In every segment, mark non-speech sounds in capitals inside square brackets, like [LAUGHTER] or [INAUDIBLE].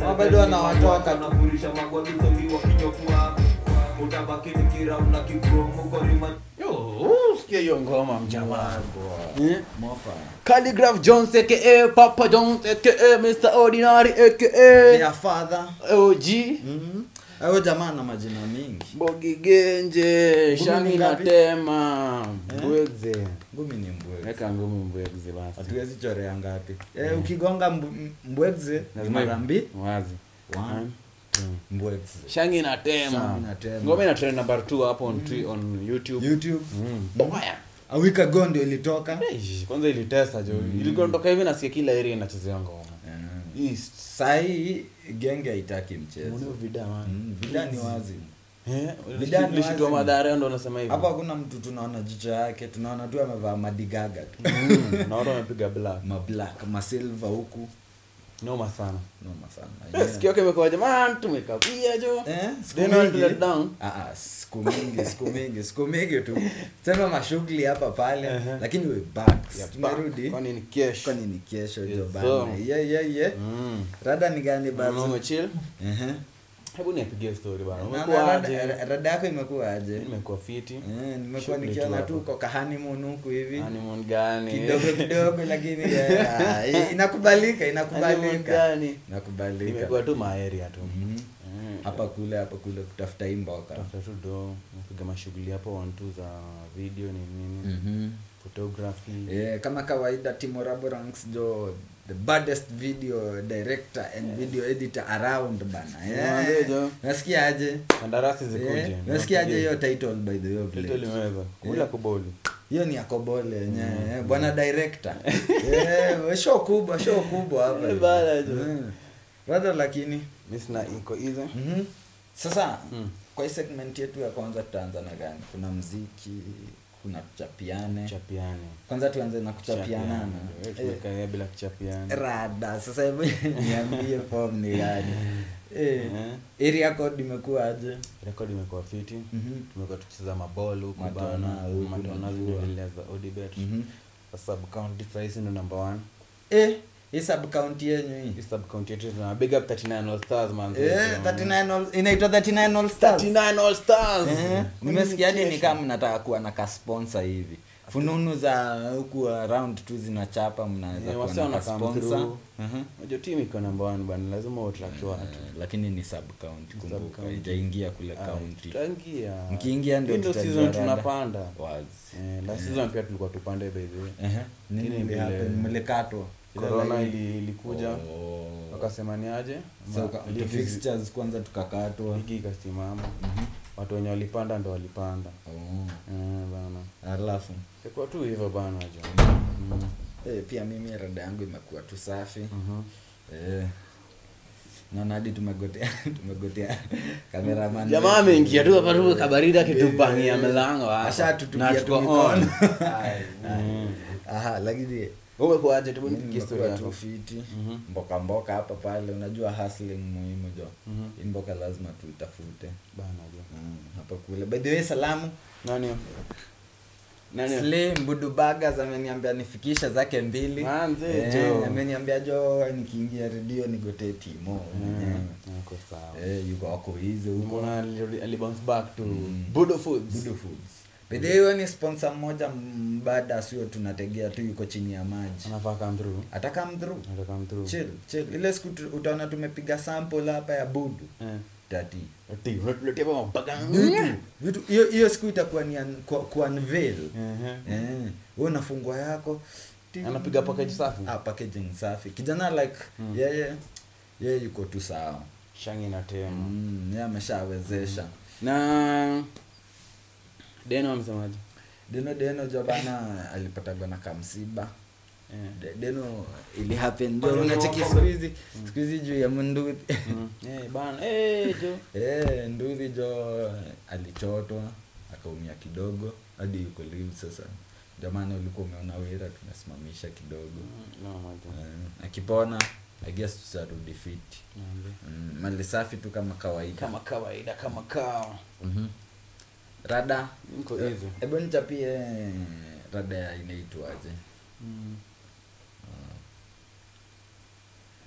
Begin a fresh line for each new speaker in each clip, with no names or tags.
Ah, bado anawatoka tu.
nafurisha magwabisomi wakinyokua utabaki nikirauna kipromukorima
sikia hiyo ngoma mjamaa Eh? Calligraph Jones aka Papa Jones aka Mr Ordinary aka
ya father
OG Mm-hmm.
Mhm. Hayo jamaa na majina mingi
Bogi Genje
Ngumi
Shani
ni ngapi? Eh?
Natema Mbwegze
ngumi ni mbwegze
Weka ngumi Mbwegze basi
hatuwezi chorea ngapi eh, ukigonga mb- mbwegze ni
Mm. Lazima
mara mbi
wazi Eh?
One, two, mbwegze
Shangi na
Shangi
Tema
na Tema.
ngoma ina trend number 2 hapo on twi-
Mm.
on YouTube
youtube
Mm.
a week ago ndio ilitoka
Eish, kwanza ilitesa jo
Mm.
ilikuwa natoka hivi nasikia kila area inachezewa ngoma East
sahii genge haitaki mchezo
Mbona vida man?
Mm, vida ni wazi
Eh,
Vijana
lishi- lishi tu
wazi.
madhara ndo unasema hivyo.
hapa hakuna mtu tunaona jicho yake tunaona tu amevaa madigaga tu
Mm, na watu wamepiga black.
mablack masilva huku
Noma sana.
noma sana
Eh, Sikio yake imekuwa jamani tumekawia jo.
Eh, siku
Then I'll
mingi-
let down.
Ah, ah, siku mingi siku mingi siku mingi tu sema mashughuli hapa pale
Ehe.
lakini we back
Ya
tumerudi
back. Kwani ni kesho.
kwani ni kesho
Yes,
jo
sir.
bana ye ye ye
Mm.
rada ni gani
Unaona
basi
umechill?
Ehe.
Hebu niapigie story bana.
Na-
Umekuwa
na rada-
aje?
ra- rada yako imekuwa aje
Nimekuwa fiti.
Eh, nimekuwa
Shughuli
nikiona
tu
tu
hapa.
uko kahanimun huku hivi
Honeymoon gani?
kidogo kidogo lakini eh, ah, inakubalika
Honeymoon
inakubalika
gani? [LAUGHS] Nimekuwa
inakubalika
tu ma area tu.
Mhm.
Mm.
hapa kule hapa kule kutafuta hii mboka
Tafuta tu do, napiga mashughuli hapo one two za video ni nini?
Mhm.
Photography.
Eh, kama kawaida timorabo ranks jo the baddest video director and video editor around bana
Niwaambie
yeah.
jo.
nasikia aje
Kandarasi
Eh,
zikuje.
nasikia aje
Niwapigie.
hiyo title by the way of late.
Title imeweza. Mm. Kula kuboli.
hiyo ni akobole yenyewe eh, bwana director yeah, show kubwa show kubwa hapa
Eh, [LAUGHS] bana jo.
Mm. brother lakini
Mi sina iko hizo.
mhm. sasa
Mm.
kwa hii segment yetu ya kwanza tutaanza na gani kuna mziki kuna tuchapiane
Chapiane.
kwanza tuanze na kuchapianana
Chapiane.
Eh,
Tumekalia bila kuchapiana.
rada sasa
[LAUGHS]
hebu niambie form ni gani eh,
Uh-huh.
area code imekuwa aje
Rekodi imekuwa fiti.
Mhm.
Tumekuwa tukicheza maball huku
Matona
bana.
huku,
Matona
najua.
zinaendelea za Odibet.
Mhm.
Kwa sub county price ndo number 1.
eh hii sub county yenyu hii
Hii sub county yetu tuna big up 39 All Stars man.
eh 39 all, inaitwa 39 all stars
39 All Stars.
eh nimesikia hadi ni kama mnataka kuwa na ka sponsor hivi fununu za huku around tu zinachapa mnaweza
Eh,
kuwa
wasi
na ka
wana come
sponsor
through.
Mhm.
Unajua timu iko number 1 bana. Lazima utrack watu.
Eh, lakini ni sub county
Sub
kumbuka
county.
haijaingia kule
Ah,
county
tutaingia.
Mkiingia ndio
Hii ndo
tutajua
season
rada.
tunapanda.
wazi
Eh, last season pia tulikuwa tupande by the way.
Ehe.
Lakini
nini
vile-
happen mlikatwa
Corona ili- ilikuja
Oh.
wakasema ni aje
So,
Ma-
ka-
ligi-
the fixtures kwanza tukakatwa
ligi ikasimama
Mm-hmm.
watu wenye walipanda ndo walipanda Eh, bana
Oh. alafu
ikakuwa tu hivyo bana jo Mm.
eh, pia mimi rada yangu imekuwa tu safi
Mhm.
Eh. naona hadi tumegotea [LAUGHS] tumegotea kameraman
jamaa
wetu.
ameingia tu hapa tu kabaridi
Eh,
akitupangia mlango hapa.
ashatutupia
ah. Na
tu
tuko
mikono. [LAUGHS]
on.
Aha, lakini
umekuaje
mimi
tubuki story
nimekuwa Mm-hmm. tu
yako
fiti
Mhm.
mboka mboka hapa pale unajua hustling muhimu jo
Mhm.
Hii mboka lazima tuitafute
bana jo
Mm, hapa kule by the way salamu
nani nani
Slay Mbudubagas ameniambia nifikisha zake mbili.
Manze,
Eh,
jo.
ameniambia jo nikiingia redio nigotee timo.
Mm,
Mm-hmm.
niko sawa
Eh, yuko wako hizo huko.
mbona ali- alibounce back to budo foods
Budu Mm. Foods.
Hmm.
Bidhaa hiyo ni sponsor mmoja mbada sio tunategea tu yuko chini ya maji.
anafaa come through
Ata come through.
anafaa come through
Chill, chill. Ile siku tu- utaona tumepiga sample hapa ya budu.
eh
Tati.
ati unakuletea hapa mabaga.
Vitu, vitu hiyo hiyo siku itakuwa ni un, ku, ku unveil.
Ehe.
Eh, wewe unafungua yako. Ting.
anapiga package safi
ah, packaging safi kijana like
Mm.
yeye yeye yuko tu sawa
shangi na tema
mm, yeye ameshawezesha
Mm. na deno amsemaje
deno deno jo bana alipatagwa na kamsiba
Eh,
De- deno ili happen jo unacheki siku hizi siku hizi juu ya mnduthi
Mm. Eh, bana eh, jo
[LAUGHS] eh nduthi jo alichotwa akaumia kidogo hadi yuko live sasa jamani ulikuwa umeona wira tunasimamisha kidogo
Mm, no, majo.
Eh, akipona i guess tutarudi fit
Niambie.
mm, mali safi tu kama kawaida
kama kawaida kama kawa
Mhm. rada
Niko easy.
hebu nichapie rada ya inaitwaje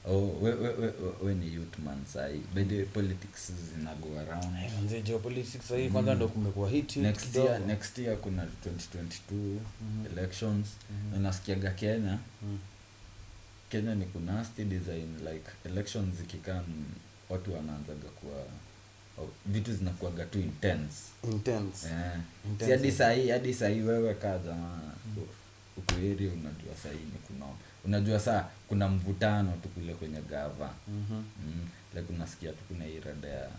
oh, we, we, we, we, we ni youth man sahi bede politics zinago around
mzee geopolitics sahii kwanza ndo kumekuwa hit hit
Mm. next
kidogo.
year next year kuna 2022
Mhm.
elections
Mhm.
unasikiaga kenya
Mm.
kenya ni kunasty design like elections zikikaa mm, watu wanaanzaga kuwa oh, vitu zinakuaga tu intense
Intense.
Eh,
Intense.
si hadi sahii hadi sahii wewe kaa jamaa ukueri unajua sahii ni kunoma unajua saa kuna mvutano tu kule kwenye gava
Mhm.
mm, like unasikia tu kuna irada ya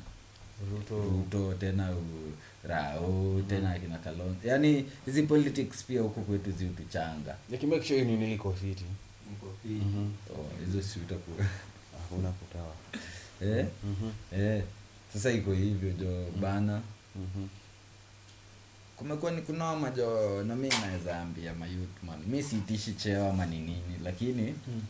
Ruto.
ruto tena u- rao tena akina kalon yaani hizi politics pia huku kwetu ziutuchanga
Nikimake sure hii nini iko fiti. Mhm.
Oh, hizo siutaku Mm-hmm.
Hakuna kutawa.
[LAUGHS] eh?
Mhm.
eh. sasa iko hivyo jo bana Mm-hmm.
Mhm.
kumekuwa ni kunoma jo na mi naweza ambia mayutman mi siitishi cheo ama ni nini lakini
Mm.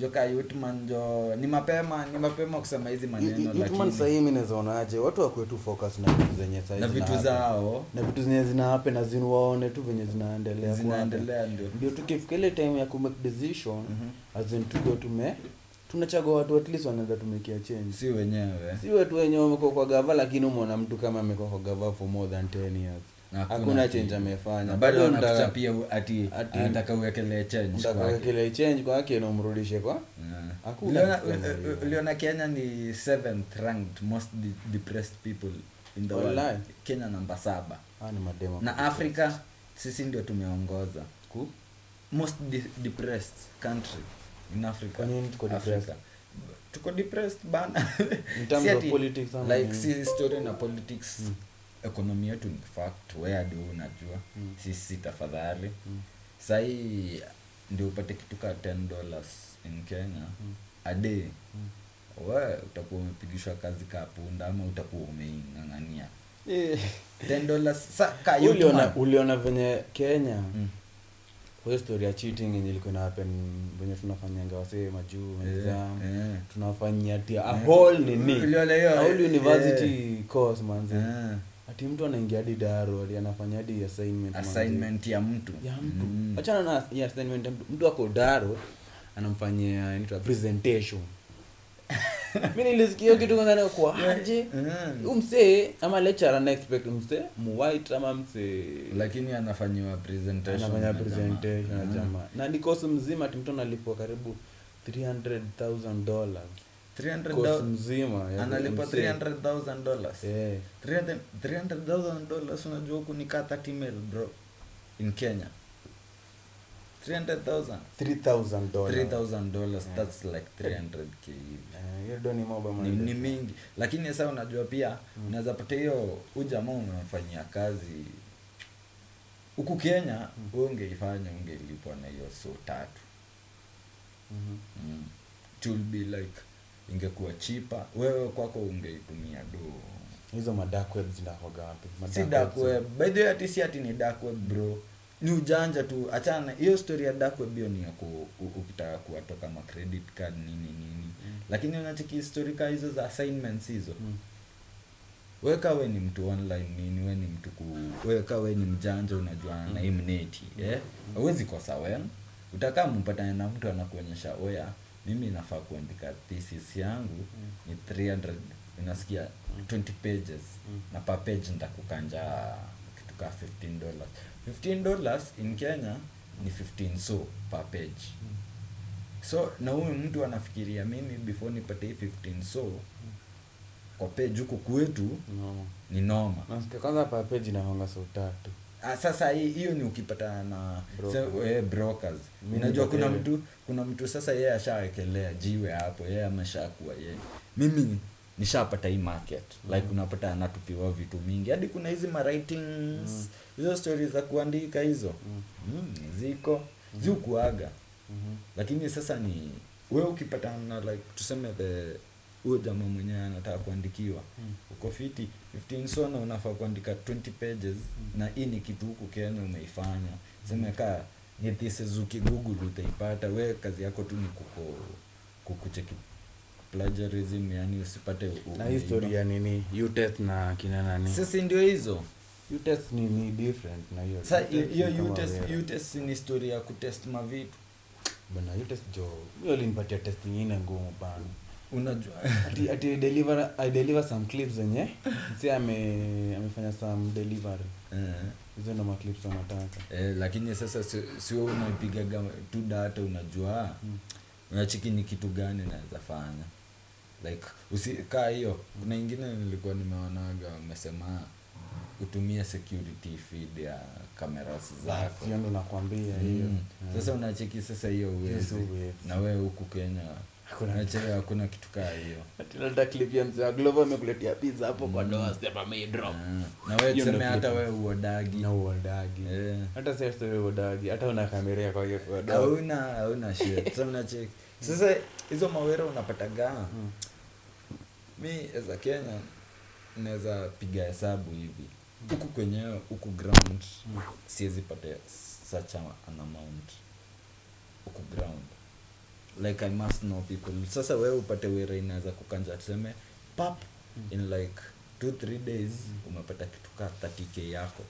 jo ka yutman jo ni mapema ni mapema kusema hizi maneno
Hitman
lakini
sahii mi nazonaje watu wakwetu focus na vitu zenye sahii
na
zina
vitu
happen.
zao
na vitu zenye zina happen na zinu waone tu venye zinaendelea kuwa
zinaendelea ndio
ndio tukifika ile time ya kumake decision
Mhm.
as in tukiwa tume tunachagua watu at least wanaweza tumekia change
si wenyewe
si watu wenye wamekuwa kwa gava lakini umeona mtu kama amekuwa kwa gava for more than 10 years
Na
hakuna
kitu.
change amefanya
Na bado
Bado mta-
wanakucha pia u- ati
ati-
anataka uwekelee change
mtaka
kwake.
kile change kwake na umrudishe kwa
Yeah.
Hakuna
Uliona-
kitu kama hiyo.
uliona kenya ni seventh ranked most de- depressed people in the
Wallahi.
world kenya namba saba
Ah, ni madema
na afrika sisi ndio tumeongoza
Ku-
most de- depressed country in africa
Kwa nini tuko
Africa.
depressed?
tuko depressed bana
[LAUGHS] In terms
Si
of
ati-
politics ama
like
nini? Hmm.
si story na politics economy yetu in fact where do unajua
Mm.
sisi tafadhali
Mm.
sahii ndio upate kitu ka 10 dollars in kenya
Mm.
a day
Mm.
we utakuwa umepigishwa kazi ka punda ama utakuwa umeing'ang'ania
Eh.
10 dollars sa ka
uliona
youthman.
uliona venye kenya
Mm.
hiyo story ya cheating yenye ilikuwa ina happen venye tunafanyanga wasee majuu exam
Eh, eh.
tunafanyia tia a
Eh.
whole nini
Uliona hiyo,
a whole
eh,
university course manzi
eh.
ati mtu anaingia hadi daro hadi anafanya hadi assignment manzi.
assignment ya mtu
ya mtu
Mm.
achana na ya assignment ya mtu mtu ako daro anamfanyia inaitwa
[LAUGHS]
presentation mi nilisikia hiyo kitu kwanza nakuwa aje
Mm.
huyu msee ama lecturer ana expect msee muwhite ama msee
lakini anafanyiwa presentation
anafanya
na jamaa.
presentation na
Mm.
jamaa na ni kosi mzima ati mtu analipwa karibu 300000 dollars
300
kosi
dola-
mzima ya
analipa
msee.
300000 dollars
Eh,
300 300000 dollars unajua huku ni kaa 30 mil bro in kenya 300000
3000 dollars
3000 dollars
Yeah.
that's like 300k hivi
Eh, hiyo ndio ni mambo ya
ni, ni
maendeleo.
mingi lakini sasa unajua pia
Mm.
unaweza pata hiyo ujamaa umemfanyia kazi huku kenya
Mm.
wewe ungeifanya ungelipwa na hiyo so tatu
Mhm.
mm. it will be like ingekuwa chipa wewe kwako ungeitumia do
hizo madark web zinakoga wapi
si
Madark
dark
web
web by the way ati si ati ni dark web bro ni ujanja tu achana hiyo story ya dark web hiyo ni ya ku- u- ukitaka kuwatoka ma credit card nini nini
Mm.
lakini unacheki story ka hizo za assignments hizo
Mm.
weka we ni mtu online nini we ni mtu ku weka we ni mjanja unajuana na hii mneti eh huwezi kosa we utakaa mpatane na mtu anakuonyesha oya mimi nafaa kuandika thesis yangu ni 300 unasikia 20 pages
Mm.
na per page nitakukanja kitu ka 15 dollars 15 dollars in Kenya ni 15 so per page so na huyu mtu anafikiria mimi before nipate hii 15 so kwa page huko kwetu
No.
ni noma
Nasikia kwanza per page inakonga so tatu
Ah, sasa hii hiyo ni ukipatana na
Broker.
se- eh, brokers
Mimi
unajua kuna
nimepewa.
mtu kuna mtu sasa yeye ashawekelea jiwe hapo yeye ameshakuwa yeye mimi nishapata hii market like unapata anatupiwa vitu mingi hadi kuna hizi mawritings hizo stories za kuandika hizo
Mm.
mm, ziko ziukuaga
Mhm.
lakini sasa ni we ukipatana na like tuseme the huyo jamaa mwenyewe anataka kuandikiwa
Mm.
uko fiti 15 sona unafaa kuandika 20 pages na hii ni kitu huku kenya umeifanya seme kaa ni thesis ukigoogle utaipata we kazi yako tu ni kuko kukucheki plagiarism yani usipate u-
na hii story
umeiba.
ya nini utest na kina nani
sisi ndio hizo
utest ni, ni different na hiyo
sa
Utest ni
hiyo
kama
utest
wewe.
utest ni story ya kutest mavitu
bana utest jo hiyo linipatia test nyingine ngumu bana
unajua [LAUGHS]
ati ati I deliver i deliver some clips zenye si ame amefanya some delivery
Eh,
hizo ndo maclips wanataka
eh, lakini sasa si- sio unapigaga tu data unajua
Mm.
unachiki ni kitu gani naweza fanya like usikaa hiyo kuna ingine nilikuwa nimeonaga umesema utumie security feed ya cameras zako
hiyo ndo nakwambia hiyo
Mm.
Eh.
sasa unacheki sasa hiyo uwezi
Hizo huwezi.
na wewe huku kenya
Hakuna
unacheki hakuna kitu kaa hiyo
Ati nataka clip ya mzee wa Glovo amekuletea pizza hapo kwa doa sema me drop
Ah, na wewe
Hiyo
tuseme
ndio
hata
flip.
wewe uodagi
na uodagi
Eh.
hata sasa wewe uodagi hata una kamera yako hiyo kwa doa
hauna hauna shit sasa unacheki sasa hizo mawera unapataga
Mm.
mi za kenya naweza piga hesabu hivi huku kwenyewe huku ground
Mm.
siwezi pata such a- an amount huku ground like i must know people sasa wewe upate wera inaweza kukanja tuseme pap
Mm.
in like two three days umepata kitu ka 30k yako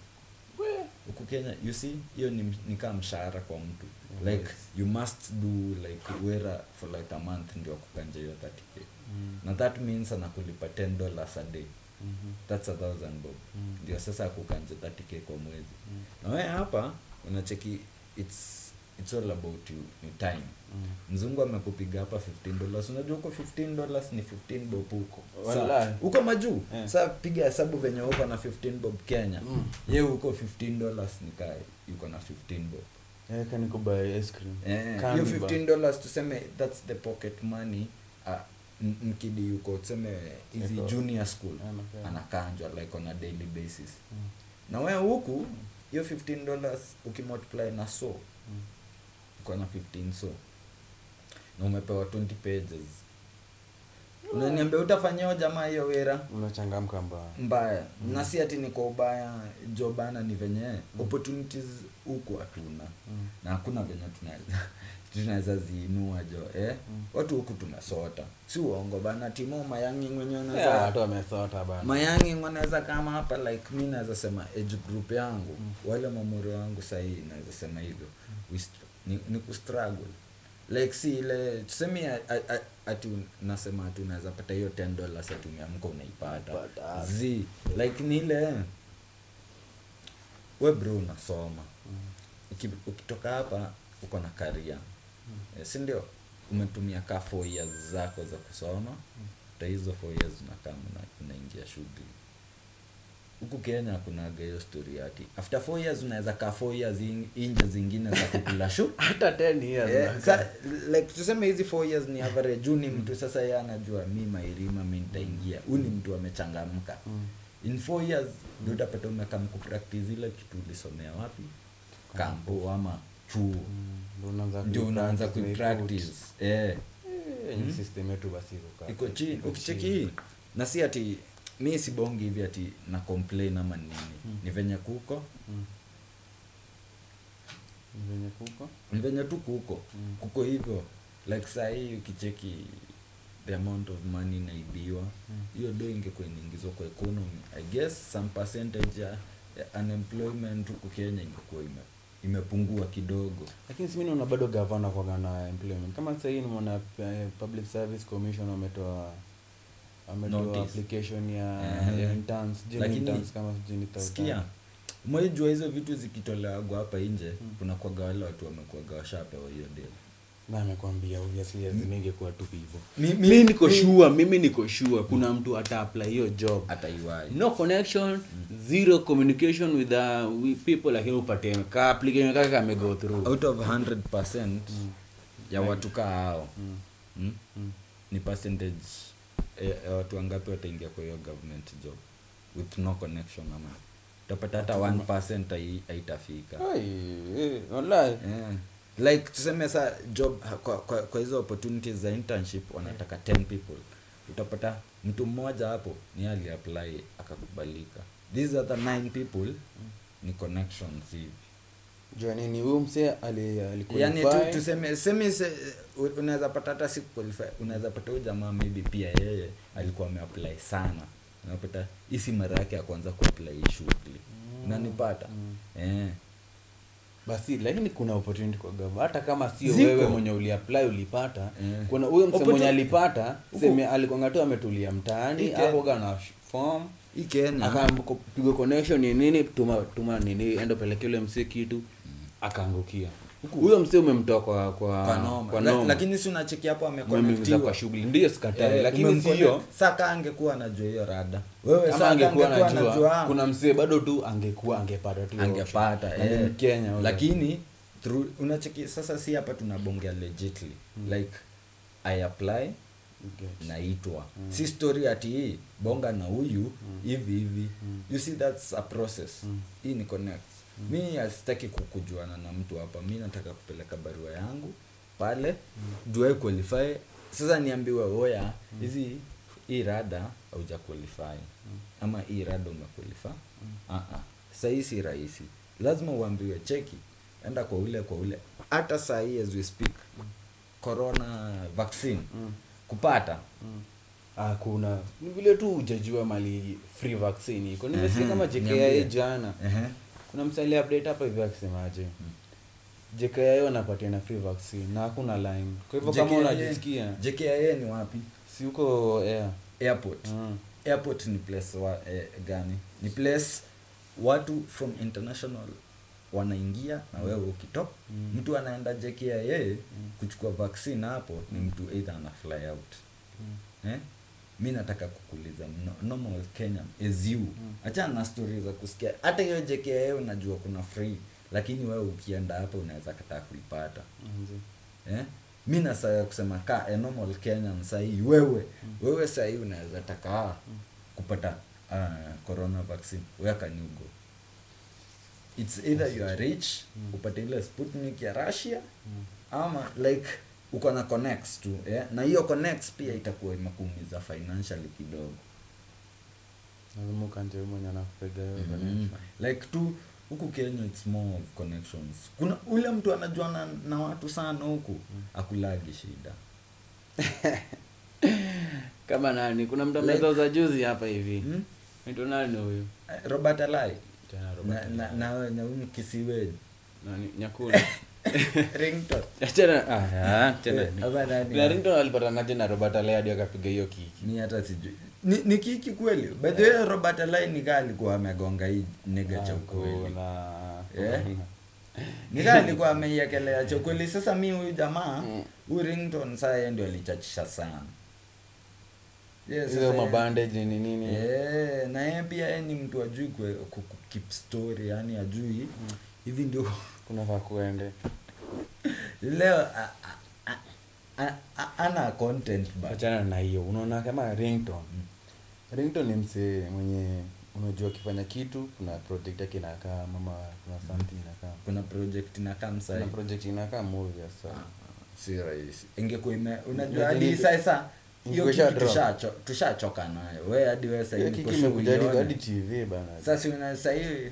huku kenya you see hiyo ni, ni kama mshahara kwa mtu like you must do like wera for like a month ndio akukanja hiyo 30k
Mm.
na that means anakulipa 10 dollars a day
Mhm.
that's a thousand bob
Mm.
ndio sasa akukanja 30k kwa mwezi
Mm.
na wewe hapa unacheki it's it's all about you ni time
Mm.
mzungu amekupiga hapa 15 dollars unajua huko 15 dollars ni 15 bob huko Sawa.
Wallahi.
huko majuu
Eh.
saa piga hesabu venye uko na 15 bob kenya
Mm.
ye huko 15 dollars nikaa yuko na 15 bob
Eh, can you buy ice cream?
Eh,
Can
hiyo
you buy-
15 dollars tuseme that's the pocket money ah, m- mkidi yuko tuseme hizi
Yuko-
junior school
Anakaa.
anakanjwa like on a daily basis
Mm.
na wewe huku hiyo 15 dollars ukimultiply na so
Mm.
uko na 15 so na umepewa 20 pages unaniambia utafanyia jamaa hiyo wera
unachangamka mbaya
mbaya na si ati ni kwa ubaya jo bana ni venye opportunities huku hatuna
Mm.
na hakuna venye tunaweza tunaweza ziinua jo eh?
Mm.
watu huku tumesota si uongo bana timo mayangi mwenye
Yeah,
unaweza
watu Eh, wamesota bana
mayangi wanaweza kama hapa like mi naweza sema age group yangu
Mm.
wale mamuri wangu sahii naweza sema hivyo We str- ni, ni kustruggle like si ile tuseme a- a- a- ati un- nasema ati unaweza pata hiyo 10 dollars ati umeamka unaipata
Pata.
z like ni ile we bro unasoma
Mm.
Uki- ukitoka hapa uko na karia
Mm.
Eh, si ndio umetumia ka four years zako za kusoma ta hizo four years unakaa mna- unaingia shughuli huku kenya kunaga hiyo story ati after four years unaweza kaa four years in- inje zingine za kukula
[LAUGHS]
shu
hata 10 years
Eh,
unakaa.
sa- like tuseme hizi four years ni average juu
Mm.
ni mtu sasa ye anajua mi mairima mi nitaingia huu ni mtu amechangamka
Mm.
in four years ndio utapata umekam kupractice ile kitu ulisomea wapi kampo ama chuo
Mm. Ndio unaanza
ndio
kui-
unaanza
practice na hii
kuipractice
foot.
eh
Eh, yenye system yetu basi iko kaa-
iko chini
iko
ukicheki
chini.
hii na si ati mi sibongi hivi ati na complain ama nini
Mm.
ni venye kuko
Mm. Ni venye kuko
ni venye tu kuko
Mm.
kuko hivyo like saa hii ukicheki the amount of money inaibiwa
Mm.
hiyo do ingekuwa inaingizwa kwa economy i guess some percentage ya ya unemployment huku kenya ingekuwa ime, imepungua kidogo
lakini si mi naona bado gavana kwaga na employment kama sahii nimeona eh, public service commission wametoa wametoa
Notice.
application ya
Eh.
ya interns sijui ni
Lakini-
interns kama sijui ni tautan.
sikia mwejua hizo vitu zikitolewagwa hapa nje
Mm.
kuna kwaga wale watu wamekuaga washapewa hiyo deal
na amekwambia obviously azimingekuwa tu hivyo
Mi- mi-
mi niko shua mimi niko shua kuna mtu ataapply hiyo job
ataiwai
no connection zero communication with the with people lakini upate eh, ka application kaka kamego through
out of 100% ya watu kaa hao
Mm.
mm?
Mm.
ni percentage eh, eh, watu wangapi wataingia kwa hiyo government job with no connection ama utapata hata 1% hai- haitafika
Ai, eh, wallahi.
yeah. like tuseme sa job ha- kwa, kwa, kwa hizo opportunities za internship wanataka 10 people utapata mtu mmoja hapo ni aliapply akakubalika these other 9 people ni connections hivi
jua nini huyu msee ali- aliqualify.
yani Yaani tu, tuseme semi se, u- unaweza pata hata si qualify unaweza pata huyu jamaa maybe pia yeye alikuwa ameapply sana unapata hii si mara yake ya kwanza kuapply hii shughuli
Mm.
nanipata eh.
basi lakini kuna opportunity kwa gava hata kama sio
Ziko.
wewe mwenye uliapply ulipata
Mm.
kuna huyo mse mwenye
Opportunity-
alipata seme alikwanga tu ametulia mtaani
Ike. Mm.
akoga na form
hii kenya
akapiga connection ni nini tuma tuma nini endo peleke ule mse kitu akaangukia huyo mse umemtoa kwa kwa
kwa noma.
Ah, kwa
La-
noma.
lakini si unacheki hapo
Umemwingiza
ameconnectiwa
kwa shughuli ndio sikatai
Eh,
lakini
umemconnect-
sio
saka angekuwa anajua hiyo rada wewe
kama
saka
angekuwa
angekuwa
anajua
anajua
kuna msee bado tu angekuwa angepata tu
angepata
option. Na ni
eh.
Mkenya huyo.
lakini through unacheki sasa si hapa tunabongea legitly
Mm.
like i apply
Okay.
naitwa si story ati hii bonga na huyu hivi hivi you see that's a process hii ni connect mi ah, asitaki kukujuana na mtu hapa mi nataka kupeleka barua yangu pale do I qualify sasa niambiwe oya hizi hii rada hauja qualify ama hii rada umequalify Ah, ah. sahii si rahisi lazima uambiwe cheki enda kwa ule kwa ule hata sahii as we speak corona vaccine kupata
Ah, kuna ni vile tu hujajua mali free vaccine iko nimesikia
Mhm,
kama JKIA
niambie. Eh.
jana
Ehe.
kuna msali update hapa hivi akisemaje JKIA wanapatia na free vaccine na hakuna line kwa hivyo kama
JKIA
unajisikia
JKIA ni wapi
si huko air
airport
Mm.
airport ni place wa, eh, gani ni place watu from international wanaingia na
Mm.
wewe ukitop mtu anaenda JKIA kuchukua vaccine hapo ni mtu either ana fly out eh? mi nataka kukuuliza no- normal kenya as you
Mm.
achana na stori za kusikia hata hiyo JKIA unajua kuna free lakini wewe ukienda hapo unaweza kataa kuipata
Nzi.
eh? mi nasaa kusema ka a normal kenyan sahii wewe wewe sahii unaweza taka ah, kupata uh, corona vaccine where can you go it's either you are rich upate ile sputnik ya russia Mhm. ama like uko na connects tu eh? na hiyo connects pia itakuwa imekuumiza financially kidogo
lazima ukanje wewe mwenye anakupiga wewe
mm.
connection.
like tu huku kenya it's more of connections kuna ule mtu anajua na, na watu sana huku akulagi shida
[LAUGHS] kama nani kuna mtu ameweza uza juzi hapa hivi
mm?
mtu nani huyu
robert alai
Tena Ah, Robert. [LAUGHS]
naumkisiwe
nani nyakula
rington
Achana- ah, ah, tena
Eh, hapa nani?
Na Ringtone alipatanaje na Robert Alea hadi akapiga hiyo kiki
mi hata sijui ni, ni kiki kweli by the way robert alai nikaa alikuwa amegonga hii nega
Ah,
cha ukweli
Kuna-
Eh? nikaa alikuwa ameiekelea cha ukweli sasa mi huyu jamaa
Mm.
huyu rington saa yeye ndio alichachisha sana Yes,
hizo
sasa-
mabandage ni nini
Eh, na yeye pia yeye ni mtu ajui keep story yani ajui hivi ndio
kunafaa kuende
leo a- a- a- a- a- ana content but
achana na hiyo unaona kama rington
Mm.
rington ni msee mwenye unajua akifanya kitu kuna project yake inakaa mama kuna something inakaa
Mm. kuna project na
kuna
kamsa
project inakaa movie sasa
Ah, si rahisi ingekuwa ime unajua
Ingekuwa
hadi
ime-
sasa hiyo
ingekuwa
kitu
isha drop.
tushacho- tushachoka nayo we hadi we
hiyo
sahii
kiki
uko
imekuja hadi-
shughuli
hadi tv bana
sasa una sahii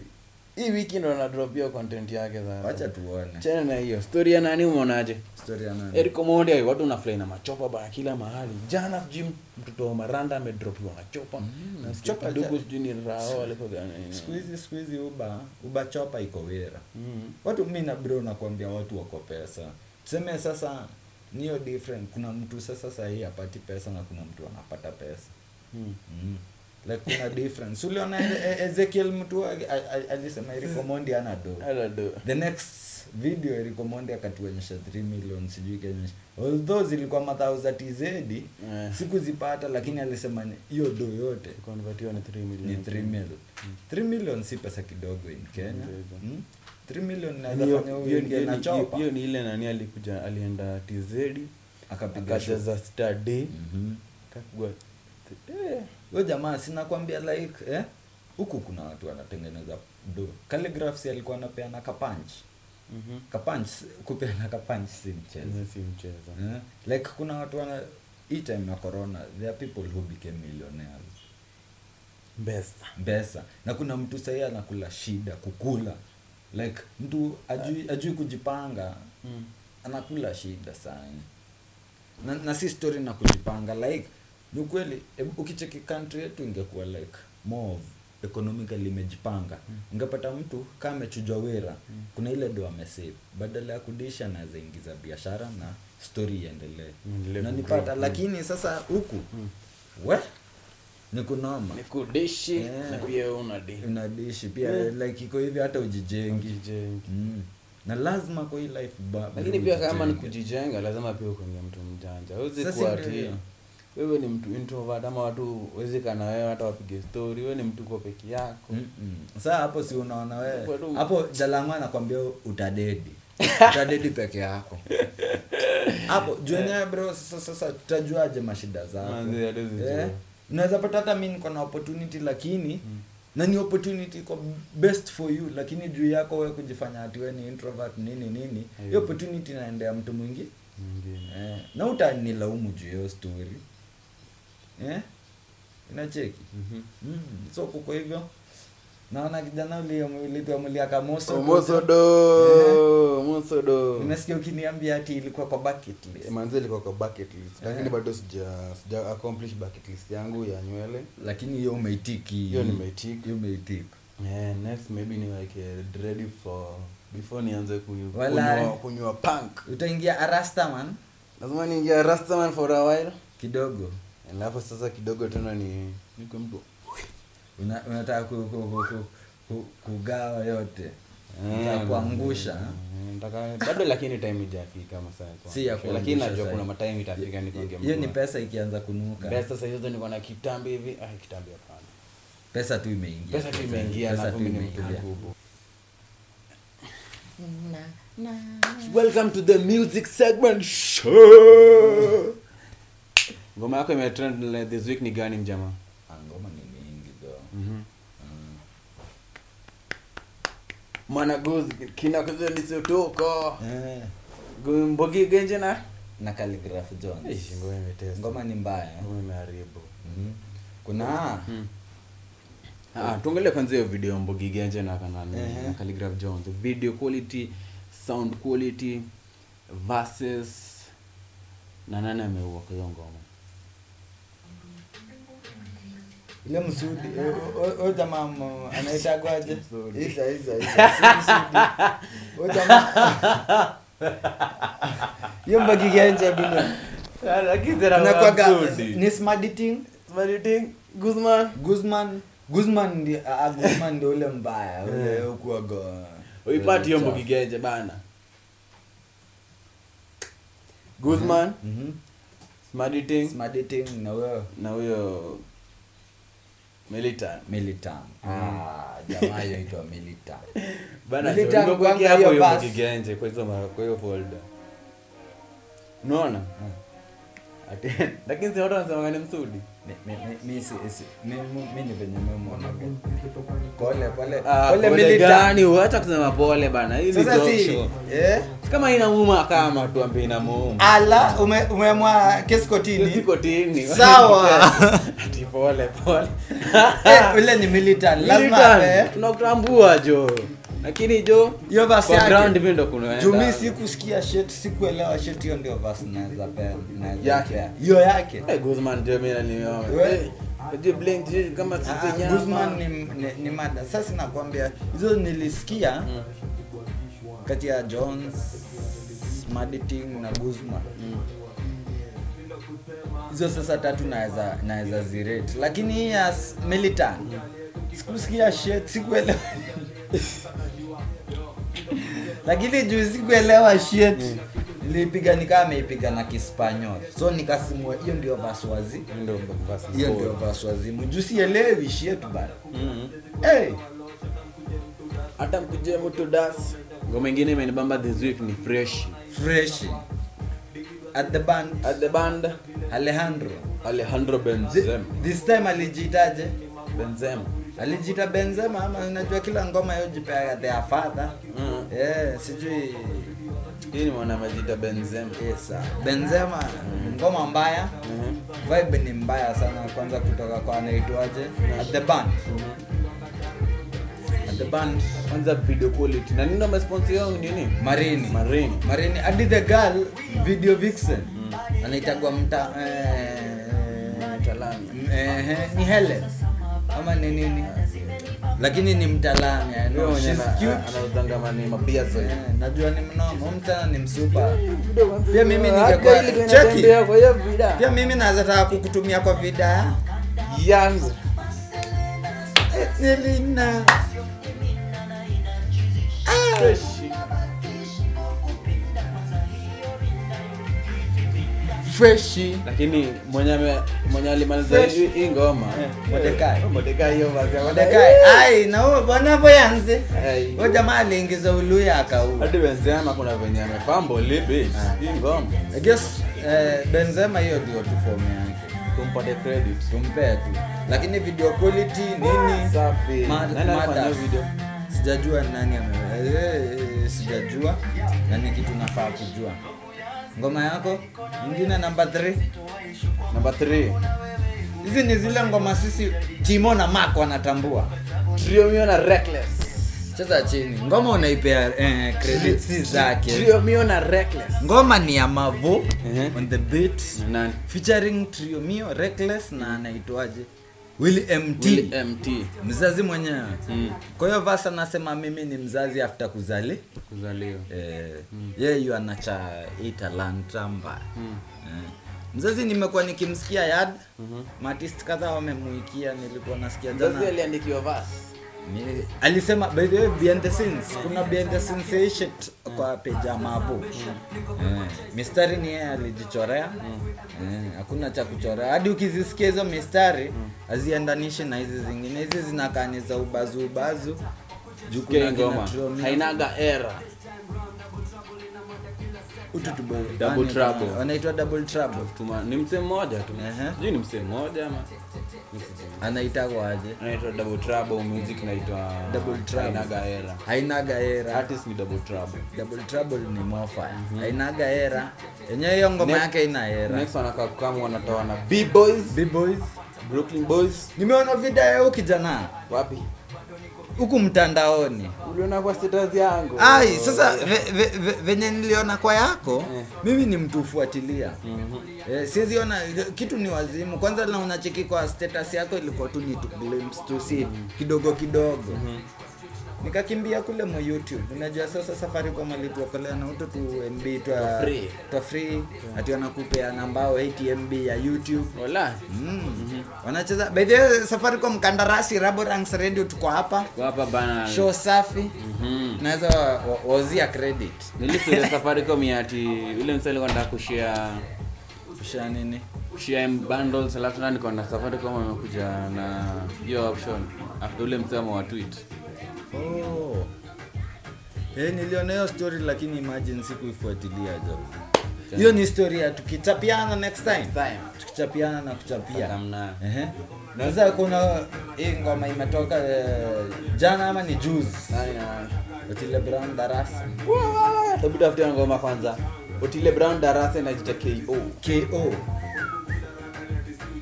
hii wiki ndo anadrop hiyo content yake sasa
wacha tuone
achana na hiyo story ya nani umeonaje
story ya nani
Eric Omondi ayo watu unafly na machopa bana kila mahali. Jana jim mtoto wa Maranda amedropiwa na chopa. Na chopa
Chopa
dogo
jana.
sijui ni rao alikuwa gani.
siku hizi siku hizi uba uba chopa iko wira
Mm.
watu mi na bro nakwambia watu wako pesa tuseme sasa niyo different kuna mtu sasa sahii apati pesa na kuna mtu anapata pesa
Mm.
Mm. like kuna difference uliona E- E- ezekiel mtu a- a- a- alisema erikomondi ana do
Ala do.
the next video erikomondi akatuonyesha 3 million sijui kenya although zilikuwa madhauza tz
Eh.
sikuzipata lakini alisema ni- hiyo do yote
Convertiwa ni 3
ni
million. Mm.
3 million 3 million si pesa kidogo in kenya
Ndio.
mm? 3 million
Hiyo-
naweza
hiyo-
fanya huyu
hiyo-
ingie na
hiyo-
chopa
Hiyo ni ile nani alikuja alienda TZ
akapiga shot.
akajaza study
Mhm.
akapigwa eh,
huyo jamaa sinakwambia like eh huku kuna watu wanatengeneza do calligraphy alikuwa anapeana kapanch
mhm.
kapanch kupeana kapanch si mchezo
Hiyo si mchezo.
eh? like kuna watu wana hii time ya corona there are people who became millionaires
Mbesa.
mbesa na kuna mtu sahii anakula shida kukula like mtu ajui, ajui kujipanga
Mm.
anakula shida sana na, na si story na kujipanga like ni ukweli em, ukicheki country yetu ingekuwa like more of economically imejipanga
Hmm.
ungepata mtu kama amechujwa wira kuna ile do amesave badala ya kudisha anaweza ingiza biashara na story iendelee
Iendelee
nanipata
kugrow. Hmm.
lakini sasa huku we ni kunoma
ni kudishi
Yeah.
na pia unadi
unadishi pia
Hmm.
like iko hivi hata ujijengi mm. na lazima kwa hii life ba-
lakini pia kama ni
ujijenge.
kujijenga lazima pia ukongia mtu mjanja wezi
Sasa
kuwa
ndio
ati
hiyo.
wewe ni mtu introvert ama watu wezi kana wewe hata wapige story wewe ni mtu kwa peke yako
Hmm. Mm-mm. saa hapo si unaona
Kwa
wewe
tu-
hapo jalangwa anakwambia utadedi
[LAUGHS]
utadedi peke yako hapo
Eh.
juenyewe bro sasa, sasa tutajuaje mashida zako
Manzi, hatuwezi jua.
Eh, unaweza pata hata mi niko na opportunity lakini
Mm.
na ni opportunity iko best for you lakini juu yako wewe kujifanya ati wewe ni introvert nini nini hiyo
Aibu.
opportunity inaendea mtu mwingine
mwingine
eh, na utanilaumu juu ya hiyo story eh? inacheki
Mhm.
mm. so kuko hivyo naona kijana uliamliaka moso
Omosodo, Omosodo.
Eh, nimesikia ukiniambia ati ilikuwa kwa bucket list
manzi ilikuwa Eh, kwa bucket list lakini
Eh.
bado sija sija accomplish bucket list yangu ya nywele
lakini hiyo umeitiki
Hiyo nimeitiki.
Hiyo umeitiki
yeah, Eh, next maybe ni like eh, ready for before nianze ku-
Wala-
kunywa kunywa punk
utaingia arastaman
lazima niingia rastaman for a while
kidogo
alafu sasa kidogo tena ni niko mtu
Una- unataka ku, ku, ku, ku, ku, kugawa yote
Eh,
Unataka kuangusha
eh, nataka- bado lakini time ijafika masaa ya
Si ya
kuangusha. lakini
kuangusha
najua
sasa.
kuna matime itafika nikonge
hiyo ni pesa ikianza kunuka
sasa hizo niko na kitambi hivi ah kitambi hapana
pesa tu imeingia
pesa tu imeingia
Pesa
alafu
tu
mimi ni mtu
imeingia. Ah,
mkubwa
na na
welcome to the music segment show ngoma yako imetrend le- this week ni gani mjama
Ah, ngoma ni mingi though. Mm.
mwanagozi kina kuzo nisiotoka
Eh,
mbogi genje na
na Khaligraph Jones
ngoma imetesa
ngoma ni mbaya eh?
ngoma imeharibu
Mhm. kuna
Ah, tuangalie kwanza hiyo video mbogi genje na kanani
Ehe.
na Khaligraph Jones video quality sound quality versus na nani ameua kwa hiyo ngoma
ile [LAUGHS] msudi eh, o- o- o jamaa m- anaitagwaje
Msudi.
Isa, isa, isa. Si msudi. O [LAUGHS] jamaa- hiyo mbagigenje dunia
lakini
Inakuwaga- ni smart eating
Guzman
Guzman Guzman ndi- ah, Guzman ndio ule mbaya ule ukuaga
uipati hiyo mbogi genje bana Guzman
Mhm.
smart eating
Smart eating na wewe
Mm-hmm. na huyo Militan
militan ah, jamaa yaitwa militan
Mm-hmm. [LAUGHS] bana
Militant kwanza
ningekuwekea hapo
hiyo
hiyo eh.
basi.
mkigenje kwa hizo ma- kwa hiyo folder unaona
Ah,
Ati- [LAUGHS] lakini si watu wanasema ni msudi
Mi- mi- mi- mi si- si- mi- mi- mi ni venye mi mwonaga. Pole, pole.
Ah,
Pole
pole
militant.
gani wacha kusema pole bana hii ni
Sasa
talk
si- Ah,
show
eh?
kama inamuuma kama tuambie inamuuma
ala ume- umeamua kesi kotini.
siko tini
[LAUGHS] Sawa.
[LAUGHS] ati pole pole
[LAUGHS] Eh, ule ni militant. Lazima,
Militant,
eh,
tunakutambua jo lakini jo
hiyo verse
kwa
yake.
ground hivi ndo kunaenda.
Juu mi sikusikia shit, sikuelewa shit, hiyo ndio verse naweza pea- naweza
Yake.
pea. hiyo yake
Eh, Guzman jo mimi naniona.
We-
Eh, unajua Blink, sijui kama sisi
Ah,
nyama.
Guzman ni, ni, ni mada sasa nakwambia hizo nilisikia kati ya Jones Maditing na Guzman hizo sasa tatu naweza naweza zirate lakini hii ya S- Militant sikusikia shit sikuelewa [LAUGHS] lakini juu sikuelewa shit nilipiga nikaa ameipiga na Kispanyol so nikasimua hiyo ndio vaswazi
Ndio basi.
hiyo ndio vaswazimu juu sielewi ishi yetu bana
Mm-hmm.
hey,
hata mkujia mtu das ngoma ingine imenibamba this week ni fresh
fresh at the band
at the band
alejandro
alejandro
Thi-
benzema
this time alijiitaje
benzema
alijiita benzema ama najua kila ngoma yojipea their father
Mm.
yeah, sijui
hii ni mwana majita benzema
yes, sir. benzema ngoma mbaya
Mm-hmm.
vibe ni mbaya sana kwanza kutoka kwa anaitwaje at the band at the band
kwanza video quality na nino masponsi yao nini
marini
Marini.
marini hadi the girl video vixen anaitagwa mta eh,
Mtalami.
eh, ni helen ama ni nini lakini ni mtaalamu yeah,
Huyo
no,
mwenye
she's
ana-
cute.
ana- Oh, anauzanga mani mapiazo
Yeah, najua ni mnomo mtana ni msupa
pia
mimi ningekuwa- Cheki. pia mimi naweza taka kukutumia kwa vida Elina
freshi lakini mwenye ame- mwenye alimaliza
Fresh.
hii hii ngoma
Eh, Mordekai.
Mordekai hiyo vazi ya
Mordekai. ai na huyo bwana boyanze
Ai.
huyo jamaa aliingiza uluya akaua
hadi wenzema kuna venye amepambo libi
Ah.
hii ngoma
I guess eh, Benzema hiyo ndio tu form yake
tumpate credit
tumpee tu lakini video quality nini
Safi.
ma-
Nani alifanya
matters.
hiyo video?
sijajua ni nani ame eh, eh, sijajua na ni kitu nafaa kujua ngoma yako ingine namba 3
namba three.
hizi ni zile ngoma sisi timo na mak wanatambua
Trio Mio na reckless
cheza chini ngoma unaipea eh, credit si zake
Trio Mio na reckless
ngoma ni ya mavo
Ehe.
on the beat
nani
featuring trio mio reckless na anaitwaje willy mt
Will mt
mzazi mwenyewe
Mm.
kwa hiyo vas anasema mimi ni mzazi after kuzali
kuzaliwa
eh, yeye yu anacha italantamba
Mm.
eh. mzazi nimekuwa nikimsikia yad matist kadhaa wamemuikia nilikuwa nasikia jana
Mm-hmm. mzazi aliandikiwa verse
Ni- alisema by the way behind the scenes kuna behind the scenes hii shit
Mm.
kwa page ya mabu Eh, mistari ni yeye alijichorea
Mm.
Eh, hakuna cha kuchorea hadi ukizisikia hizo mistari haziendanishi na hizi zingine hizi zinakaa ni za ubazu ubazu juu kuna
Sikia
kina
ngoma
Tromio.
hainaga era
Utu tu boy.
Double
Wanaitwa-
trouble.
Yaani, wanaitwa double trouble
Tuma- ni msee mmoja tu
Ehe.
sijui ni msee mmoja ama
[LAUGHS] anaitagwa aje
anaitwa double trouble music inaitwa
Double Trouble.
hainaga era
hainaga era
artist ni double trouble
double trouble ni mofa hainaga era yenyewe hiyo ngoma
Next-
yake ina era
next wanakaa kama wanatoa na b boys
b-boys
brooklyn boys
nimeona video ya huyu kijana
wapi
huku mtandaoni
uliona kwa status yangu
ai sasa ve- ve- ve- venye niliona kwa yako
Eh.
mimi ni mtu ufuatilia
Mhm.
eh, siwezi ona kitu ni wazimu kwanza na unacheki kwa status yako ilikuwa tu ni tu glimpse tu si kidogo kidogo
Mhm.
nikakimbia kule mu youtube unajua sasa safari kwa malituokolea na uto tu mb twa
free.
twa free ati wanakupea nambao 8 mb ya youtube
wala Mhm.
Mm. wanacheza by the way safari kwa mkandarasi raborangs radio tuko hapa
Kwa hapa bana
show safi
Mhm.
naweza wa- wa- wauzia credit
nilisule safaricom ya ati ule msee alikuwa anataka kushare
usha nini
share bundles alafu nani kona safaricom amekuja na hiyo option after ule msee amewatweet
oh. hey, niliona hiyo story lakini imagine sikuifuatilia jo hiyo ni story ya tukichapiana next time
Time.
tukichapiana na kuchapia
Mna-
Ehe. naweza kuna hii ngoma imetoka eh, jana ama ni juzi
nani na-
otile brown darasa
hebu tafutia ngoma kwanza otile brown darasa inajiita ko
ko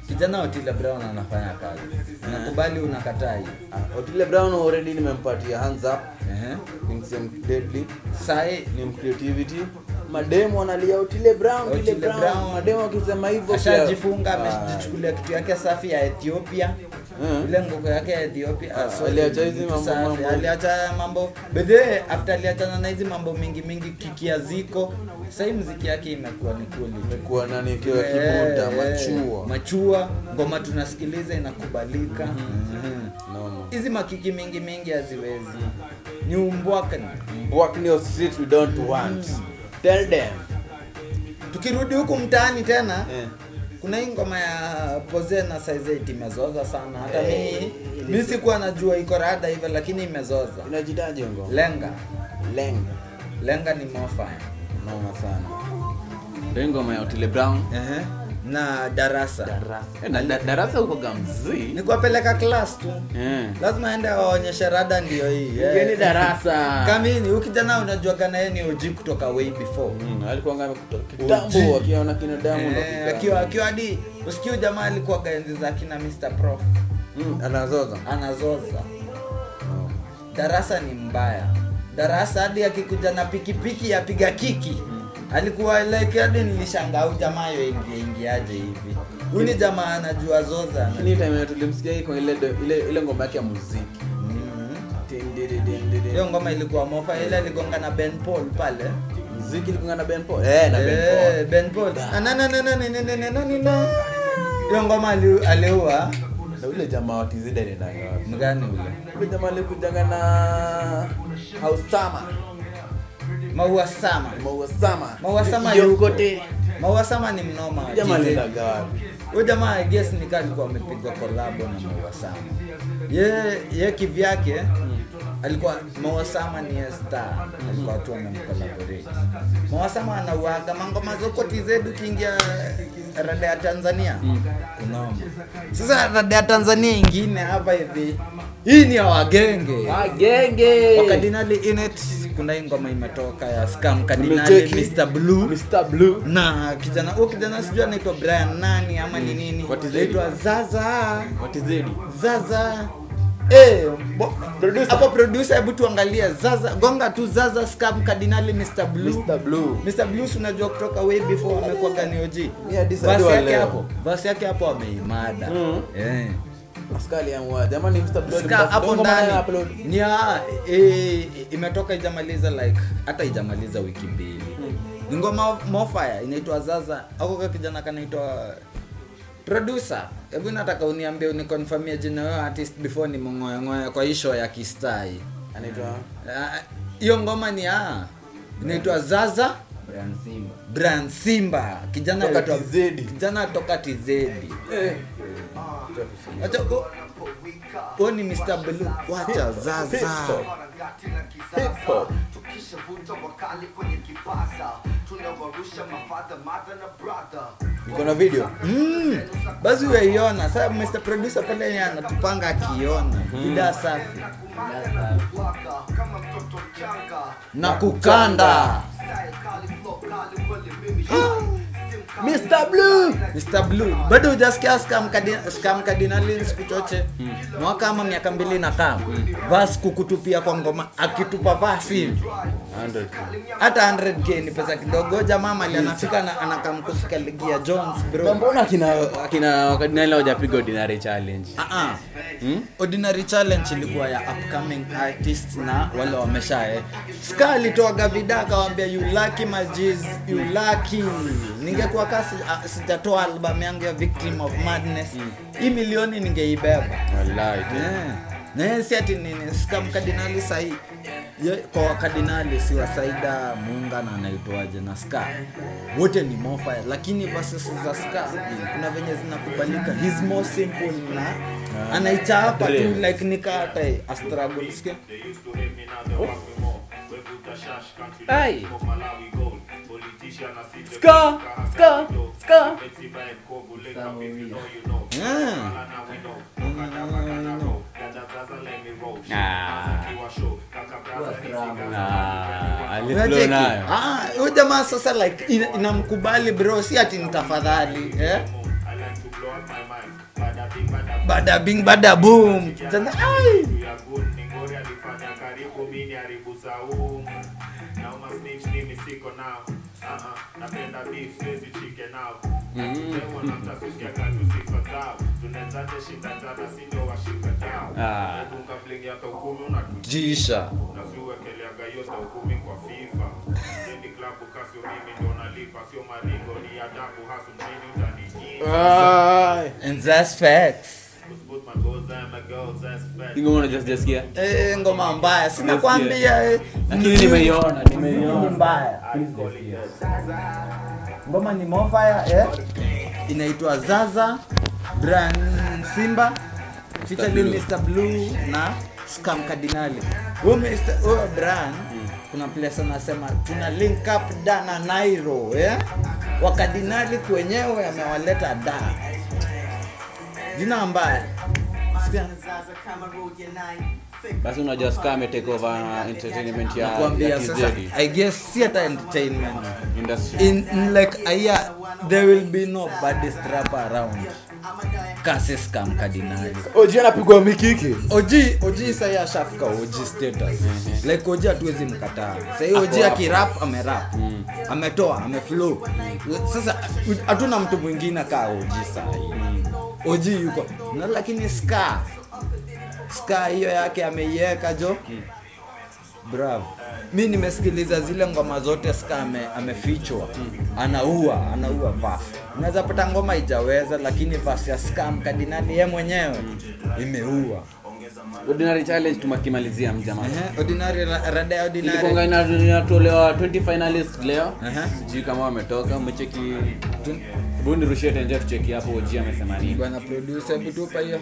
kijana otile brown anafanya kazi
Eh.
nakubali unakataa hiyo
Ah, otile brown already nimempatia hands up
Ehe.
ni msem deadly
sahi
ni mcreativity mademu wanalia otile brown otile
Otile
brown,
Brown.
mademu akisema hivyo
ashajifunga
pia- Ah.
amejichukulia kitu yake safi ya ethiopia
Mm.
ile nguko yake ya ethiopia
Ah,
ah, sorry,
aliacha hizi
mtu
mambo-
safi.
mambo-
aliacha mambo bedhee after aliachana na hizi mambo mingi mingi kikia ziko sahii mziki yake imekuwa ni kweli
kuwa nani
Eh,
kiwa kibuta machua
machua ngoma tunasikiliza inakubalika Mhm.
no
hizi makiki mingi mingi haziwezi ni umbwakani
walk in your street we don't want tell them
tukirudi huku mtaani tena
eh
kuna hii ngoma ya poze na size 8 imezoza sana hata
Eh.
mimi mi sikuwa najua iko rada hivyo lakini imezoza
inajitaje ngo
lenga
lenga
lenga ni mofa
noma sana ndio ngoma ya otile brown
Ehe. na darasa
darasa Eh, na- da- darasa huko gamzi
ni kuwapeleka klas tu
eh
lazima aende awaonyeshe rada ndio hii eh.
Mgeni darasa.
[LAUGHS] kamini huyu kijana unajuaga na yeye ni OG kutoka way before
Mm, alikuwa ngame kutoka
Uji.
kitambo akiona kina damu ndo
Eh,
kitambo.
akiwa akiwa hadi usikiu jamaa alikuwa gaenzi za kina Mr. Pro
Mm, anazoza
anazoza darasa ni mbaya darasa hadi akikuja na pikipiki yapiga kiki alikuwa like hadi nilishangaa huyu jamaa yo ingia ingiaje hivi huyu ni jamaa anajua zoza
lakini time tulimsikia hii kwa ile ile ile ngoma yake ya muziki
Mm. hiyo ngoma ilikuwa mofa ile aligonga na ben paul pale
mziki ilikuwa na Ben Paul eh na Ben
Eh,
Paul
ben paul Na- na- na- na- na- na- na- na- na- na- na- na. hiyo ngoma ali- aliua
na ule jamaa wa Tizida ni nani wapi
mgani ule
ule jamaa alikujanga na Hausama
maua sama
Maua Sama
maua sama
Yo-
yuko
yokote
maua sama ni mnoma wa
Ule jamaa
TZ.
alinaga wapi
huyu jamaa I guess ni kama alikuwa amepigwa kolabo na maua sama ye ye kivyake alikuwa maua sama ni a star alikuwa tu amemkolaborate maua sama anauaga mangoma zoko TZ ukiingia rada ya Tanzania kunoma sasa rada ya Tanzania ingine hapa hivi hii ni ya wagenge
Ah, genge
wakadinali inet kuna hii ngoma imetoka ya scam kadinali
Nimecheki.
Mr Blue
Mr Blue
na kijana huyo kijana sijui anaitwa Brian nani ama ni nini
What is it?
anaitwa Zaza
Watizidi
Zaza Eh, bo- hapo producer hebu tuangalie Zaza gonga tu Zaza scam Cardinal Mr Blue
Mr Blue
Mr Blue si unajua kutoka way before amekuwa kani OG
Ni hadi sasa
basi
wa
yake
leo.
hapo basi yake hapo ameimada
Mm.
eh
askari amwa jamani Mr Blue
Ska hapo
Dongo
ndani
maana upload.
ni ah, eh, imetoka ijamaliza like hata ijamaliza wiki mbili ni ngoma mofaya inaitwa zaza ako ka kijana kanaitwa producer hebu nataka uniambie unikonfamia jina yo artist before ni mongoyongoya kwa hii show ya kistai
anaitwa
Ah, hiyo ngoma ni a inaitwa zaza bran simba kijana
Kutoka
katwa-
TZ.
kijana toka tizedi
Eh.
Wacha u- huo ni Mr. Blue. Wacha zaza.
iko na video
Mm. Basi uyaiona. Sasa Mr. Producer pale yeye anatupanga akiona. Bidhaa safi. Na kukanda.
Mr Blue
Mr. Blue. Bado hujasikia scam Cardin- scam cardinalin siku choche. Mwaka ama miaka mbili na kama. Vas kukutupia kwa ngoma akitupa vasi hivi. Hata 100k ni pesa kidogo. Jamaa mali anafika na anakamkufika ligi ya Jones
Na
bro.
mbona akina akina wakadinali hawajapiga ordinary challenge
Ah, hmm? ordinary challenge ilikuwa ya upcoming artist na wale wamesha eh. ska alitoaga vida akawambia you lucky my G's, you lucky ningekuwa kaa si, ah, sijatoa album yangu ya victim of madness hii milioni ningeibeba
wallahi
Yeah. na yeye si ati nini scam kardinali sahi Ye- kwa wakardinali si wasaida muunga na anaitwaje na ska wote ni mofaya lakini verses za ska kuna venye zinakubalika his more simple na anaichaapa tu
Dreams.
like nikata astragol sikia
Hey.
Ska, ska, ska.
Yeah.
Ah, aliflow
Unacheki?
nayo.
Ah, huyu jamaa sasa like ina- inamkubali bro si ati nitafadhali eh? bada bing bada boom Tena, ai
Ah.
jisha
nasiuwekeleaga hiyo ta ukumi kwa fifa endi klabu kasio mimi ndo nalipa sio marigo ni adabu hasu mjini utanijia
Ai.
and that's facts
kusbut magoza magoza sfet
Hii ngoma unajasikia
Eh, ngoma mbaya sinakwambia eh,
lakini
mzuri.
nimeiona
Ni
nimeiona
mbaya ngoma ni mofaya eh? inaitwa zaza bran simba featuring
Blue.
Mr. blue na scam cardinali huyo Mr. huyo bran kuna place anasema tuna link up da na nairo eh? wakadinali kwenyewe amewaleta da jina mbaya Sikia.
basi unajua ska ametake over uh, entertainment ya ya
kuambia sasa
TZ
i guess si hata entertainment
industry
in, in like a year there will be no baddest rapper around Cassius Cam Cardinal
oji anapigwa mikiki
OG OG sahi ashafika OG status like OG hatuwezi mkataa sahi
Mm-hmm. Ako Mm.
OG
hapo.
akirap amerap ametoa ameflow sasa u- hatuna mtu mwingine kaa OG sahi
Mm.
OG yuko na lakini ska ska hiyo yake ameiweka jo brav mi nimesikiliza zile ngoma zote ska ame, amefichwa anaua anaua vas unaweza pata ngoma ijaweza lakini vas ya scam kardinali ye mwenyewe imeua
ordinary challenge tumakimalizia mjamaa
Ehe, ordinary ra- rada ya
ilikuanga
ordinary
ina- inatolewa 20 finalist leo
Aha.
sijui kama wametoka mecheki
Tu-
bundirushie tenje tucheki hapo oji amesema nini
bwana producer hebu tupa hiyo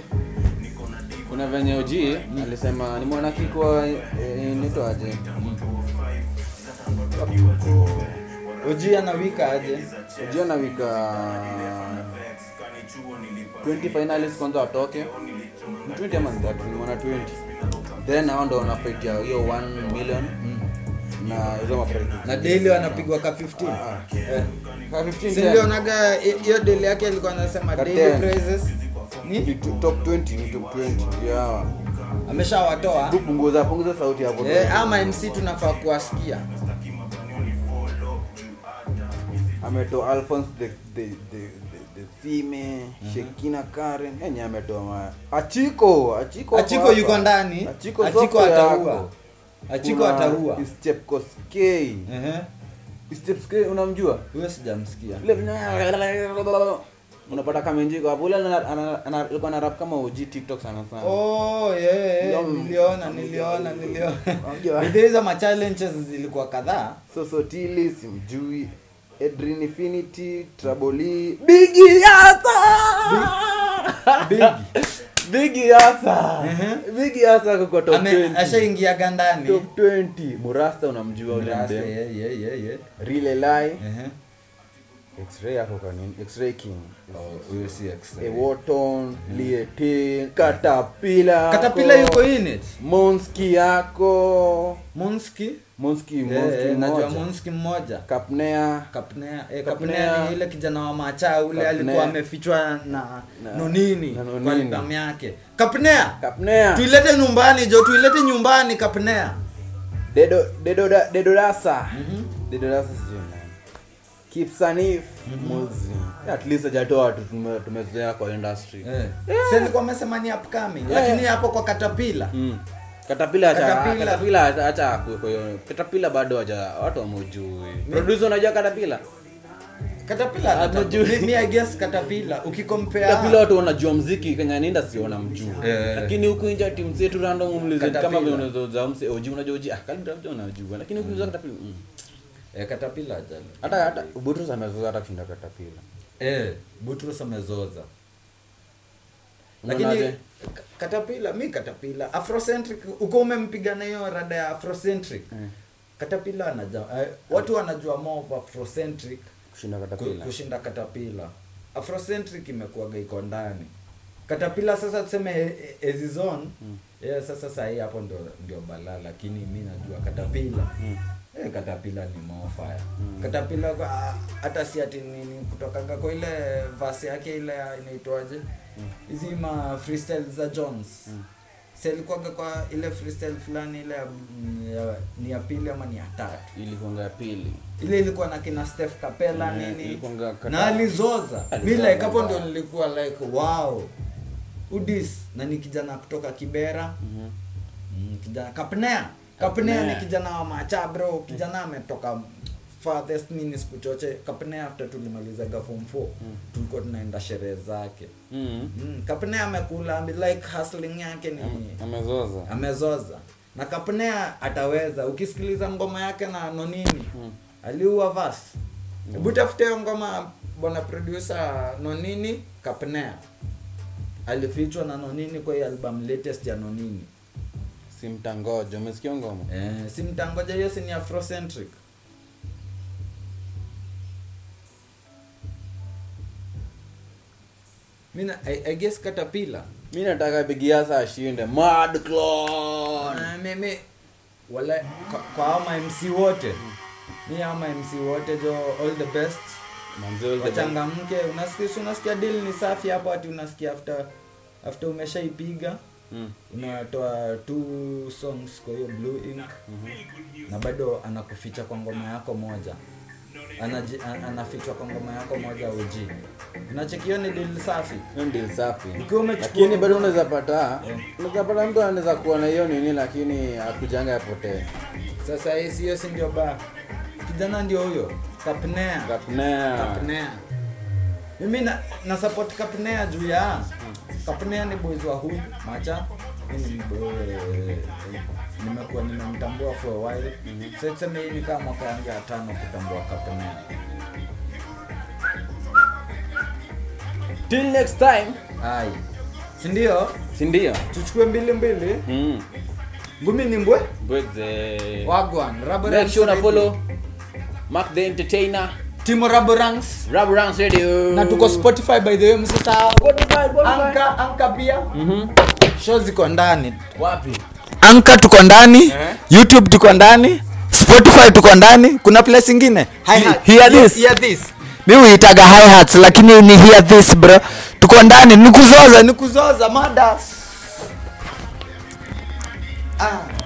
kuna venye oji alisema ni eh, mwanakikwa nitoaje
uji anawika aje
oji anawika 20 finalist kwanza watoke Ni 20 ama ni 30 nimeona 20 then hao ndo wanafaitia hiyo 1 million na hizo maprize
na daily wanapigwa ka
Ah,
15 Eh.
Kwa 15
Si
tena.
mlionaga hi- hiyo daily yake alikuwa anasema
Ka
daily
10.
prizes
Ni
ni
tu- top 20 ni top 20 yeah
ameshawatoa
tu punguza punguza sauti hapo
eh, ama mc tunafaa kuwasikia
ametoa alphonse the the the the, the theme
Mhm.
shekina karen yenye ametoa ma achiko achiko hapo
achiko
hapa.
yuko ndani
achiko
achiko
soko
ataua
yako.
achiko
Kuna
ataua
Stepkoskei.
Ehe.
Stepkoskei unamjua
huyo sijamsikia
Ule vina- unapata kamenjiko hapo ule ana- ana- ana- alikuwa na rap kama uji tiktok sana sana
Oh, yeah, yeah,
Ndio.
niliona niliona niliona
Unamjua?
With hizo machallenges zilikuwa kadhaa
sosotili simjui edrin infinity traboli bigi [LAUGHS] yasa Uh-huh.
Big.
bigi yasa bigi yasa kuko top
Ame-
20
ashaingiaga ndani
top 20 murasta unamjua ule
Mrasa,
mdem
yeah, yeah, yeah, yeah.
rilelai
Ehe.
x-ray yako kwa nini x-ray king
Oh, huyo si extra.
ewoton lietin katapila
katapila yuko in it
monski yako
monski
monski monski
Eh, najua
mmoja
monski mmoja
kapnea
kapnea eh,
Kapnea.
kapnea ni ile kijana wa macha ule
Kapnea.
alikuwa amefichwa na,
Na-
nonini
na Nonini.
kwa albamu yake kapnea
kapnea
tuilete nyumbani jo tuilete nyumbani kapnea
dedo dedo da- dedo dasa
Mhm.
dedo dasa sijui nani. kipsanif muzi at least hajatoa tu tume- tumezoea kwa industry
eh. silikuwa amesema ni upcoming
Eh.
lakini hapo kwa katapila
Mm. katapila acha-
Katapila.
katapila acha- acha akue kwa hiyo katapila bado haja watu wamujui producer unajua katapila
katapila
Hatujui.
mi- mi I guess katapila ukikompea
katapila watu wanajua mziki kenya ninda si wanamjua
Eh.
lakini huku nje timu zetu random umlize
Katapila.
kama vile unazoza mse oji unajua oji ah kalibda mtu unajua lakini huku nje katapila mm.
eh, katapila ajali
hata hata butrus amezoza hata kushinda katapila
eh, butrus amezoza lakini
Unaonaje?
Ka- katapila mi katapila afrocentric uko umempiga na hiyo rada ya afrocentric
Eh.
katapila anaja eh, watu wanajua more of afrocentric
kushinda
ku-
katapila
kushinda katapila afrocentric imekuwaga iko ndani katapila sasa tuseme eh, eh, as his own yeah, sasa sahii hapo ndio, ndio balaa lakini mi najua katapila eh, katapila ni mofaya katapila kwa- ah, hata si ati nini kutokaga kwa ile vasi yake ile ya- inaitwaje hizi ma freestyle za jones si alikuwaga kwa ile freestyle fulani ile ya, ya, ni ya pili ama ni ya tatu
ilikuanga ya pili
ile ilikuwa na kina Steph Capella
Mm,
nini
ilikuwanga kata-
na alizoza mi
Alizoza
like hapo
vibaya.
ndio nilikuwa like wow udis na ni kijana kutoka Kibera mm, kijana Kapnea Kapnea ni
Mhm. Kapnea.
kijana wa macha bro kijana ametoka farthest nini siku choche Kapnea after tulimalizaga form 4 tulikuwa tunaenda sherehe zake
mm.
mm, Kapnea amekula ame- like hustling yake ni
amezoza
amezoza na kapnea ataweza ukisikiliza ngoma yake na nonini aliua vas hebu tafute hiyo ngoma bwana producer nonini kapnea alifichwa na nonini kwa hiyo album latest ya nonini
simtangojo umesikia ngoma
eh, si mtangoja hiyo si ni afrocentric mina I, I guess katapila
mi nataka bigiasa ashinde mad clone
Na mimi wala kwa, kwa ama mc wote mi ama mc wote jo all the best
Manze all the best.
wachangamke unasikia si unasikia deal ni safi hapo ati unasikia after after umeshaipiga
Mm.
unatoa two
Mm-hmm.
songs kwa hiyo blue ink na bado anakuficha kwa ngoma yako moja anaji- an- anafichwa kwa ngoma yako moja OG. Unachekio ni Lil Safi.
hiyo ndio safi
Ukiwa umechukua-
lakini bado unaweza pata unaweza pata mtu anaweza kuwa na hiyo nini lakini akujanga yapotee
Sasa hii sio si ndio ba. Kijana ndio huyo. Kapnea.
kapnea
Kapnea. Mimi na, na support Kapnea juu ya Kapnea ni boys wa huyu macha. Mimi ni boy- nimekuwa nimemtambua for a while. Sasa tuseme hii ni kama mwaka yangu ya tano kutambua Kapnea.
till next time
Ai. Si ndio?
sindio
Tuchukue mbili mbili.
mm.
Ngumi ni mbwe.
Bweze.
Wagwan. Rubber
make
Ranks
sure una
Radio.
follow mark the entertainer
Timo Rubber Ranks.
rub rounds radio
Na tuko Spotify by the way msisahau.
Spotify, Spotify.
Anka, Anka pia. Mhm. Show ziko ndani.
wapi
Anka tuko ndani,
Eh.
YouTube tuko ndani, Spotify tuko ndani. Kuna place ingine?
Hi-hat.
He- Hear this. Hear this. Mimi huitaga hi hats lakini ni hear this bro. Tuko ndani, nikuzoza, nikuzoza mada. Ah.